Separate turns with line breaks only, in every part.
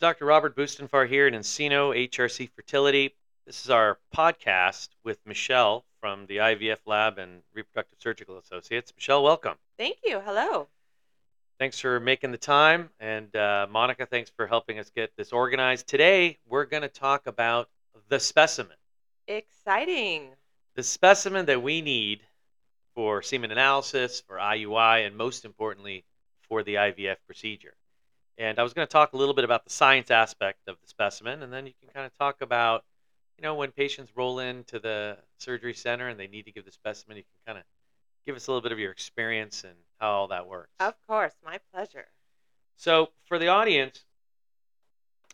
Dr. Robert Bustenfar here in Encino HRC Fertility. This is our podcast with Michelle from the IVF Lab and Reproductive Surgical Associates. Michelle, welcome.
Thank you. Hello.
Thanks for making the time. And uh, Monica, thanks for helping us get this organized. Today, we're going to talk about the specimen,
Exciting.
the specimen that we need for semen analysis, for IUI, and most importantly, for the IVF procedure. And I was going to talk a little bit about the science aspect of the specimen, and then you can kind of talk about, you know, when patients roll into the surgery center and they need to give the specimen, you can kind of give us a little bit of your experience and how all that works.
Of course. My pleasure.
So, for the audience,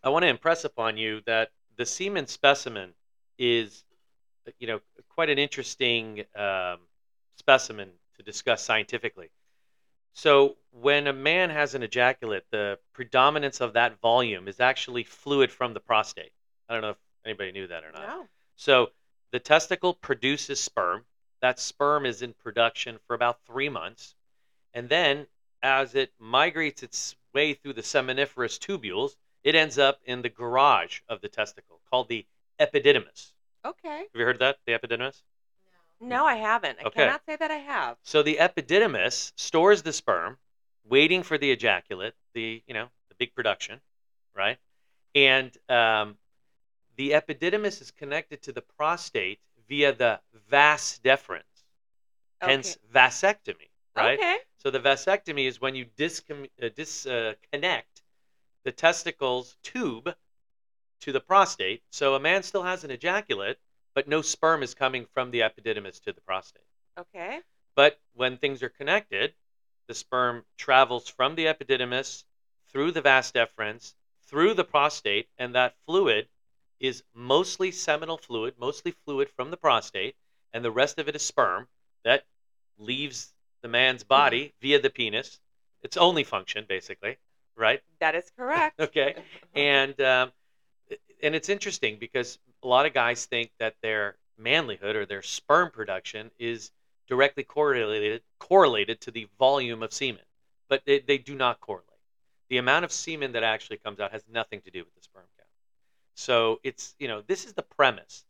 I want to impress upon you that the semen specimen is, you know, quite an interesting um, specimen to discuss scientifically. So, when a man has an ejaculate, the predominance of that volume is actually fluid from the prostate. I don't know if anybody knew that or not.
No.
So, the testicle produces sperm. That sperm is in production for about three months. And then, as it migrates its way through the seminiferous tubules, it ends up in the garage of the testicle called the epididymis.
Okay.
Have you heard of that? The epididymis?
No, I haven't. I
Mm. Okay.
cannot say that I have.
So, the epididymis stores the sperm, waiting for the ejaculate, the, you know, the big production, right? And um, the epididymis is connected to the prostate via the vas deferens.
Okay.
hence vasectomy, right?
Okay.
So the vasectomy is when you discom- uh, disconnect the testicles tube to the prostate. So a man still has an ejaculate, but no sperm is coming from the epididymis to the prostate.
Okay.
But when things are connected, the sperm travels from the epididymis through the vas deferens, through the prostate, and that fluid is mostly seminal fluid, mostly fluid from the prostate, and the rest of it is sperm that leaves the man's body via the penis. Its only function, basically, right?
That is correct.
Okay. And um, and it's interesting because a lot of guys think that their manlyhood or their sperm production is directly correlated correlated to the volume of semen, but they, they do not correlate. The amount of semen that actually comes out has nothing to do with the sperm count. So it's you know this is the premise.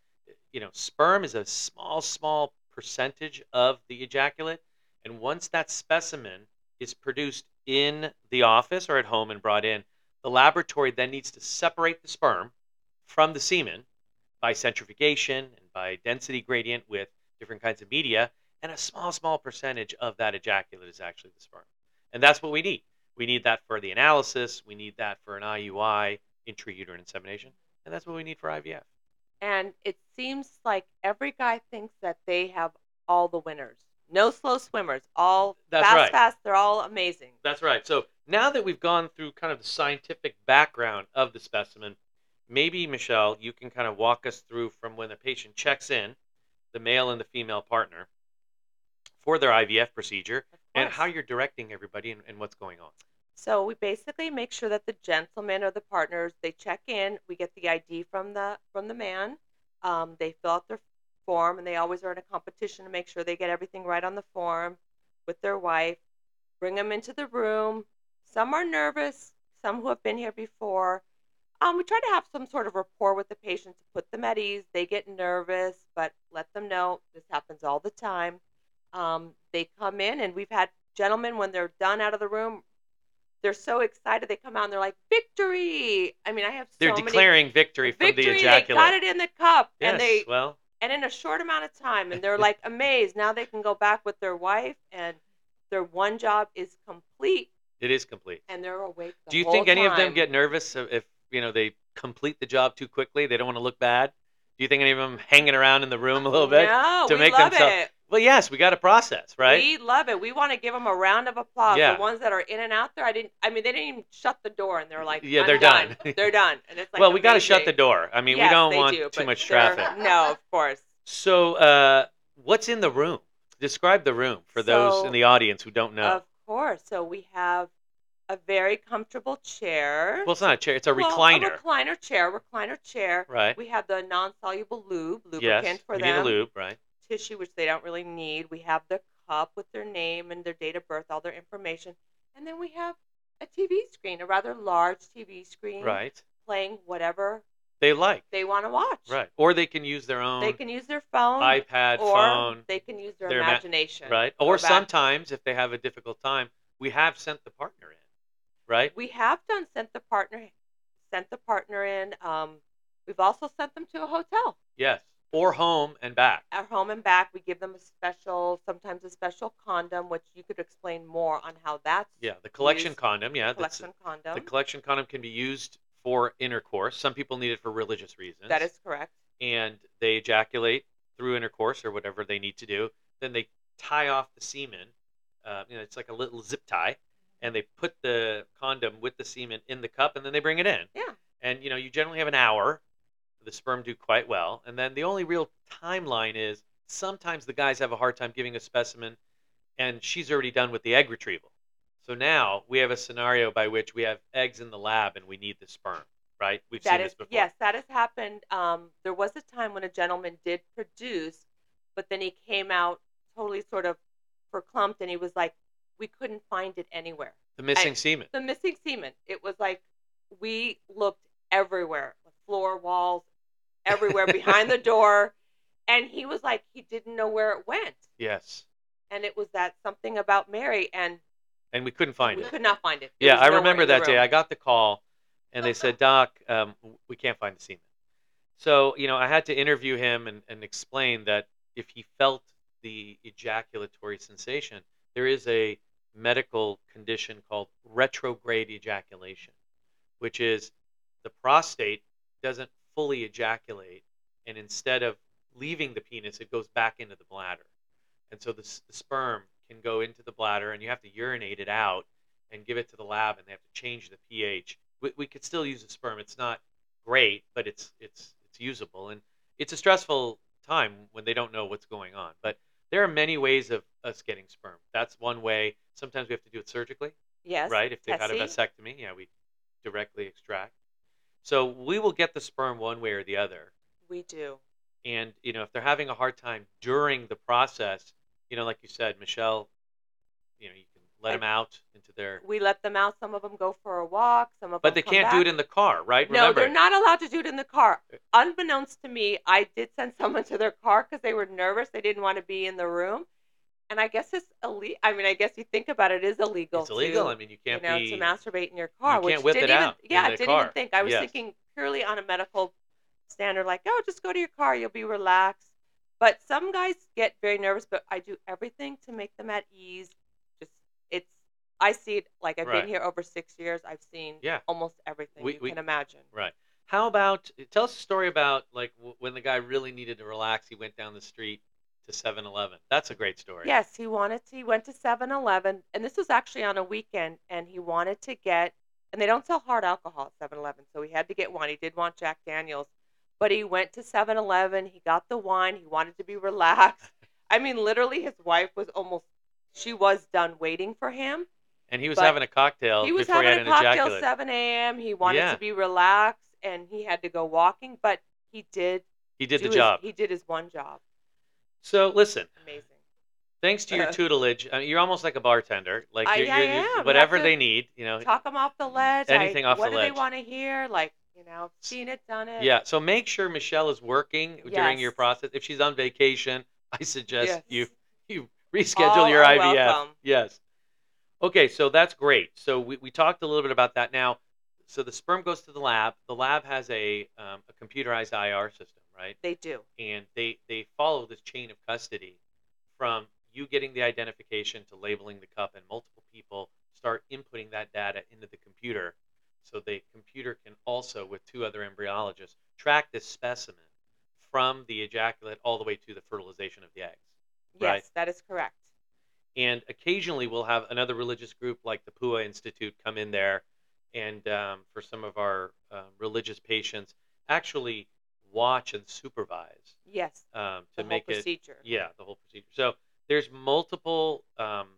You know, sperm is a small small percentage of the ejaculate, and once that specimen is produced in the office or at home and brought in, the laboratory then needs to separate the sperm from the semen by centrifugation and by density gradient with different kinds of media. And a small, small percentage of that ejaculate is actually the sperm. And that's what we need. We need that for the analysis. We need that for an IUI, intrauterine insemination. And that's what we need for IVF.
And it seems like every guy thinks that they have all the winners. No slow swimmers. All
That's
fast,
right.
fast. They're all amazing.
That's right. So now that we've gone through kind of the scientific background of the specimen, maybe Michelle, you can kind of walk us through from when the patient checks in, the male and the female partner, for their IVF procedure,
Of
and
course.
how you're directing everybody and, and what's going on.
So we basically make sure that the gentleman or the partners they check in. We get the ID from the from the man. Um, they fill out their form, and they always are in a competition to make sure they get everything right on the form with their wife. Bring them into the room. Some are nervous. Some who have been here before. Um, we try to have some sort of rapport with the patient to put them at ease. They get nervous, but let them know this happens all the time. Um, they come in, and we've had gentlemen when they're done out of the room, they're so excited. They come out and they're like, "Victory!" I mean, I have so
They're
many
declaring victory from
victory.
the
they
ejaculate.
got it in the cup,
yes,
and they
well,
and in a short amount of time, and they're like amazed. Now they can go back with their wife, and their one job is complete,
it is complete.
and they're awake. The
Do you
whole
think any of them
time.
get nervous if, if, you know they complete the job too quickly? They don't want to look bad. Do you think any of them hanging around in the room a little bit?
No,
to
we
make
love
themselves-
it.
Well, yes, we got a process, right?
We love it. We want to give them a round of applause.
Yeah.
The ones that are in and out there, I didn't. I mean, they didn't even shut the door, and they're like,
Yeah,
"I'm
they're
done.
done.
they're done." And it's like,
well, we got to
amazing.
shut the door. I mean,
Yes,
we don't
they
want
do,
too
but
much
they're-
traffic.
No, of course.
So, uh, what's in the room? Describe the room for those
So, uh,
in the audience who don't know.
Of course. So we have a very comfortable chair.
well, it's not a chair; it's a
Well,
recliner,
recliner chair. Recliner chair.
right?
We have the non-soluble lube lubricant
Yes,
for
we
them.
need a lube, right?
Tissue, which they don't really need. We have the cup with their name and their date of birth, all their information, and then we have a TV screen, a rather large TV screen,
Right.
playing whatever
They like.
they want to watch.
Right. Or they can use their own
They can use their phone
iPad,
or
phone.
they can use their,
their ma-
imagination.
right.
Go
Or
back.
sometimes if they have a difficult time, we have sent the partner in. Right?
We have done sent the partner sent the partner in. Um, we've also sent them to a hotel.
Yes. Or home and back.
At home and back, we give them a special, sometimes a special condom, which you could explain more on how that's
Yeah, the collection
Use
condom. Yeah, that's-
collection condom.
the collection condom can be used for intercourse. Some people need it for religious reasons.
that is correct.
and they ejaculate through intercourse or whatever they need to do. Then they tie off the semen. Uh, you know, it's like a little zip tie, and they put the condom with the semen in the cup, and then they bring it in.
Yeah.
And you know, you generally have an hour. The sperm do quite well, and then the only real timeline is sometimes the guys have a hard time giving a specimen, and she's already done with the egg retrieval. So now we have a scenario by which we have eggs in the lab and we need the sperm, right? We've
That
seen
is
this before.
yes, that has happened. Um, there was a time when a gentleman did produce, but then he came out totally sort of verklempt, and he was like, "We couldn't find it anywhere."
The missing semen.
The missing semen. It was like we looked everywhere, the floor, walls, everywhere, behind the door, and he was like, he didn't know where it went,
Yes.
and it was that something about Mary, and
and we couldn't find
we
it.
could not find it. It
Yeah,
was
I
nowhere
remember
in the
that day.
room. Oh,
I got the call, and they said, "Doc, um, we can't find the semen." So you know, I had to interview him and, and explain that if he felt the ejaculatory sensation, there is a medical condition called retrograde ejaculation, which is the prostate doesn't fully ejaculate, and instead of leaving the penis, it goes back into the bladder, and so the, s- the sperm can go into the bladder, and you have to urinate it out and give it to the lab and they have to change the pH. We, we could still use the sperm. It's not great, but it's it's it's usable and it's a stressful time when they don't know what's going on. But there are many ways of us getting sperm. That's one way. Sometimes we have to do it surgically,
yes,
right? If they've had a
Tessie?
vasectomy, yeah, we directly extract. So we will get the sperm one way or the other
we do.
and you know if they're having a hard time during the process you know like you said michelle you know you can let
I-
them out into their
we let them out. Some of them go for a walk. Some of them.
but they
come
can't do
back.
it in the car right
No,
remember
they're not allowed to do it in the car. Unbeknownst to me, I did send someone to their car because they were nervous. They didn't want to be in the room, and I guess it's illegal. I mean, I guess you think about it, it is illegal.
it's illegal
To,
i mean you can't
you know,
be
to masturbate in your car.
you
which
can't whip
didn't
it
even,
out in
Yeah, I
the
didn't
car.
even think. I was
Yes.
thinking purely on a medical standard, like, oh, just go to your car. You'll be relaxed. But some guys get very nervous. But I do everything to make them at ease. Just it's. I see it like I've
Right.
been here over six years. I've seen
Yeah.
almost everything
We-
you
we-
can imagine.
right how about tell us a story about like w- when the guy really needed to relax he went down the street to 7-eleven that's a great story
Yes, he wanted to. He went to 7 Eleven, and this was actually on a weekend, and he wanted to get, and they don't sell hard alcohol at 7 Eleven, so he had to get one. He did want Jack Daniels, but he went to 7 Eleven. He got the wine. He wanted to be relaxed. I mean, literally, his wife was almost, she was done waiting for him.
and he was
But
having a cocktail
He was
before he
having
had
a
an
cocktail
ejaculate
7 a.m. He wanted
Yeah.
to be relaxed, and he had to go walking, but he did
he did
do
the
his-
job
He did his one job.
so listen
Amazing.
thanks to your
Uh.
tutelage I mean, you're almost like a bartender like
I-
you're,
I
you're, you're-
am. You
whatever
have to
they need you know
talk them off the ledge.
Anything
I,
off
what
the
do
ledge.
they want to hear? Like, you know, seen it, done it.
Yeah. So make sure Michelle is working during your
Yes.
process. If she's on vacation, I suggest
Yes.
you you reschedule
All
your
are
IVF.
welcome.
Yes. Okay. So that's great. So we, we talked a little bit about that. Now, so the sperm goes to the lab. The lab has a um, a computerized IR system, right?
They do.
And they they follow this chain of custody from you getting the identification to labeling the cup, and multiple people start inputting that data into the computer so the computer can also, with two other embryologists, track this specimen from the ejaculate all the way to the fertilization of the eggs.
Yes,
Right.
that is correct.
And occasionally, we'll have another religious group like the Pua Institute come in there, and um, for some of our um, religious patients, actually watch and supervise
Yes.
um, to
The whole
make it
procedure.
yeah, the whole procedure. So there's multiple um,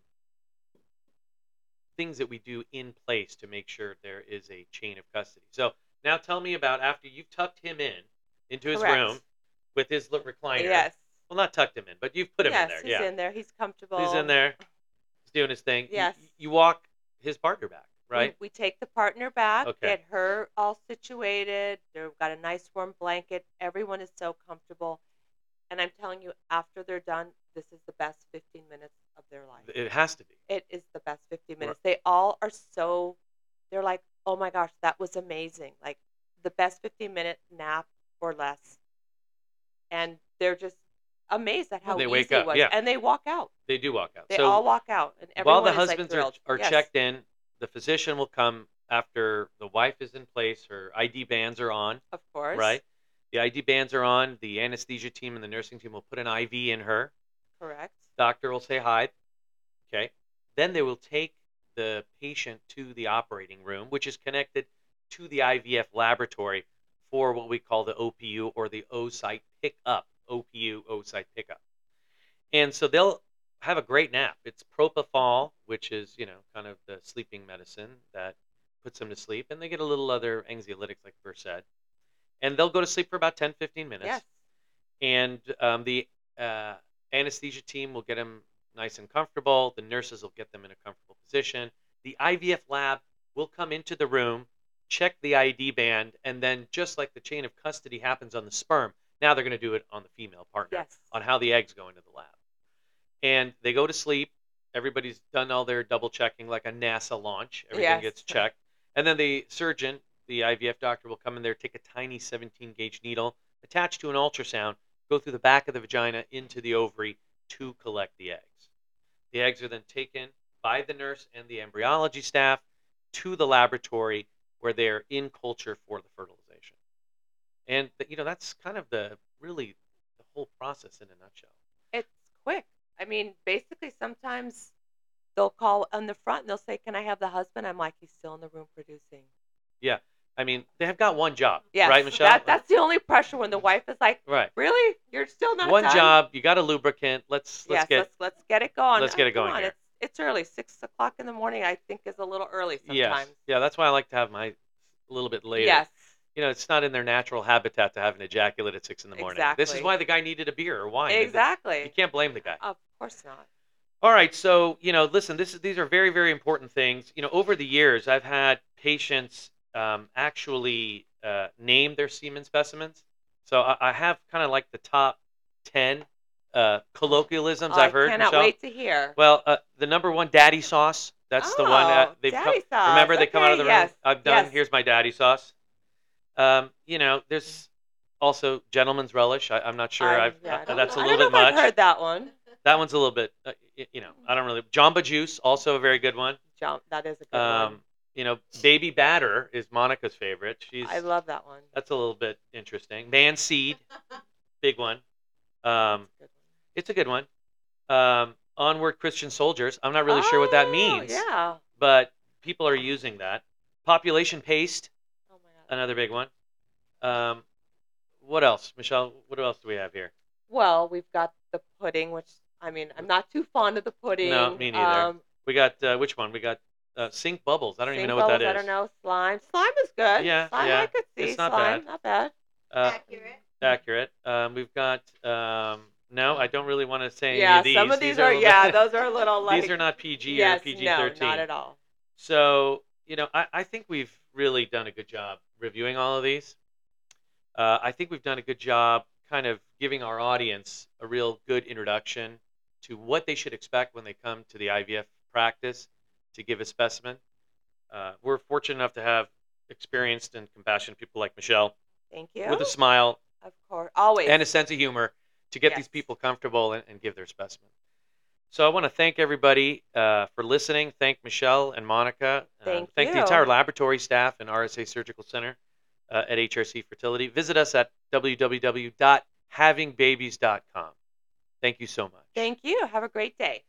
things that we do in place to make sure there is a chain of custody. So now tell me about after you've tucked him in into his
Correct.
room with his little recliner.
Yes.
Well, not tucked him in, but you've put him
yes,
in there.
he's
yeah.
in there. He's comfortable.
He's in there. He's doing his thing. You-
Yes. Mm-hmm.
You, walk his partner back. right?
We, we take the partner back,
Okay.
get her all situated. They've got a nice warm blanket. Everyone is so comfortable. And I'm telling you, after they're done, this is the best 15 minutes of their life.
It has to be.
It is the best 15 minutes. They all are so, they're like, oh my gosh, that was amazing. Like the best 15 minute nap or less. And they're just amazed at how
They
easy
wake
it
up,
was.
yeah.
And they walk out.
They do walk out.
They
so
all walk out. And
while
everyone
the
is, like,
husbands
thrilled.
are, are
Yes.
checked in, the physician will come after the wife is in place. Her ID bands are on,
Of course.
right? The ID bands are on. The anesthesia team and the nursing team will put an IV in her.
Correct.
Doctor will say hi. Okay. Then they will take the patient to the operating room, which is connected to the IVF laboratory for what we call the OPU or the O site pickup. OPU, O site pickup. And so they'll have a great nap. It's propofol, which is, you know, kind of the sleeping medicine that puts them to sleep. And they get a little other anxiolytics, like Burr said. And they'll go to sleep for about 10, 15 minutes
Yes.
and um, the uh, anesthesia team will get them nice and comfortable. The nurses will get them in a comfortable position. The IVF lab will come into the room, check the ID band, and then just like the chain of custody happens on the sperm, now they're going to do it on the female partner
Yes.
on how the eggs go into the lab. And they go to sleep. Everybody's done all their double checking, like a NASA launch. Everything
Yes.
gets checked. And then the surgeon, the IVF doctor, will come in there, take a tiny 17 gauge needle attached to an ultrasound, go through the back of the vagina into the ovary to collect the eggs. The eggs are then taken by the nurse and the embryology staff to the laboratory where they're in culture for the fertilization. And, you know, that's kind of the really the whole process in a nutshell.
It's quick. I mean, basically, sometimes they'll call on the front and they'll say, Can I have the husband? I'm like, He's still in the room producing.
I mean, they have got one job,
Yes.
right, Michelle?
That, that's the only pressure when the wife is like,
right.
Really? You're still not
One
done?"
job. You got a lubricant. Let's let's
yes,
get
let's, let's get it going.
let's get it
Come
going
on,
here.
It's, it's early. Six o'clock in the morning, I think, is a little early
yes,
sometimes.
yeah. That's why I like to have my a little bit later.
Yes.
You know, it's not in their natural habitat to have an ejaculate at six in the morning. This is
Exactly.
why the guy needed a beer or wine. You
Exactly. Uh,
can't blame the guy.
Of course not.
All right, so you know, listen, this is, these are very, very important things. You know, over the years, I've had patients um, actually uh, name their semen specimens. So I, I have kind of like the top ten uh, colloquialisms
Oh, I
I've heard.
cannot
Michelle.
wait to hear.
Well, uh, the number one, daddy sauce. That's the one
Oh,
that they've
daddy
come.
sauce.
Remember, they come out of
Okay,
the
yes.
room. I've done.
yes.
Here's my daddy sauce. Um, you know, there's also gentleman's relish. I, I'm not sure.
I-
I've,
yeah, I
uh,
don't
that's
know-
a
I
little
don't
bit
know if
much.
I've heard that one.
That one's a little bit, uh, y- you know, I don't really. Jamba Juice, also a very good one.
Jump. That is a good
Um, you know, Baby Batter is Monica's favorite. She's
one. I love that one.
that's a little bit interesting. Man Seed, big one. Um,
That's a good one.
it's a good one. Um, Onward Christian Soldiers. I'm not really sure what that
Oh,
means,
Yeah.
but people are using that. Population Paste,
Oh my god.
another big one. Um, what else, Michelle? What else do we have here?
Well, we've got the pudding, which I mean, I'm not too fond of the pudding.
me neither.
Um,
We got uh, which one? We got uh, Sink Bubbles. I don't even know
Cinco
what
was-
that is.
I don't know. Slime. Slime is good.
Yeah,
Slime
yeah.
I could see.
It's not
slime,
bad.
not bad.
Uh,
Accurate.
accurate. Um, we've got um, no. I don't really want to say any
yeah,
of these.
some of these,
a
are,
little
yeah,
bit-
those are a little like
these are not PG
yes,
or PG
no,
thirteen.
not at all.
So you know, I, I think we've really done a good job reviewing all of these. Uh, I think we've done a good job kind of giving our audience a real good introduction to what they should expect when they come to the IVF practice to give a specimen. Uh, we're fortunate enough to have experienced and compassionate people like Michelle
Thank you.
with a smile
of course, always.
and a sense of humor to get these
Yes.
people comfortable and, and give their specimen. So I want to thank everybody uh, for listening. Thank Michelle and Monica. Um,
Thank
the
you.
entire laboratory staff and RSA Surgical Center uh, at HRC Fertility. Visit us at www.havingbabies.com. Thank you so much.
Thank you. Have a great day.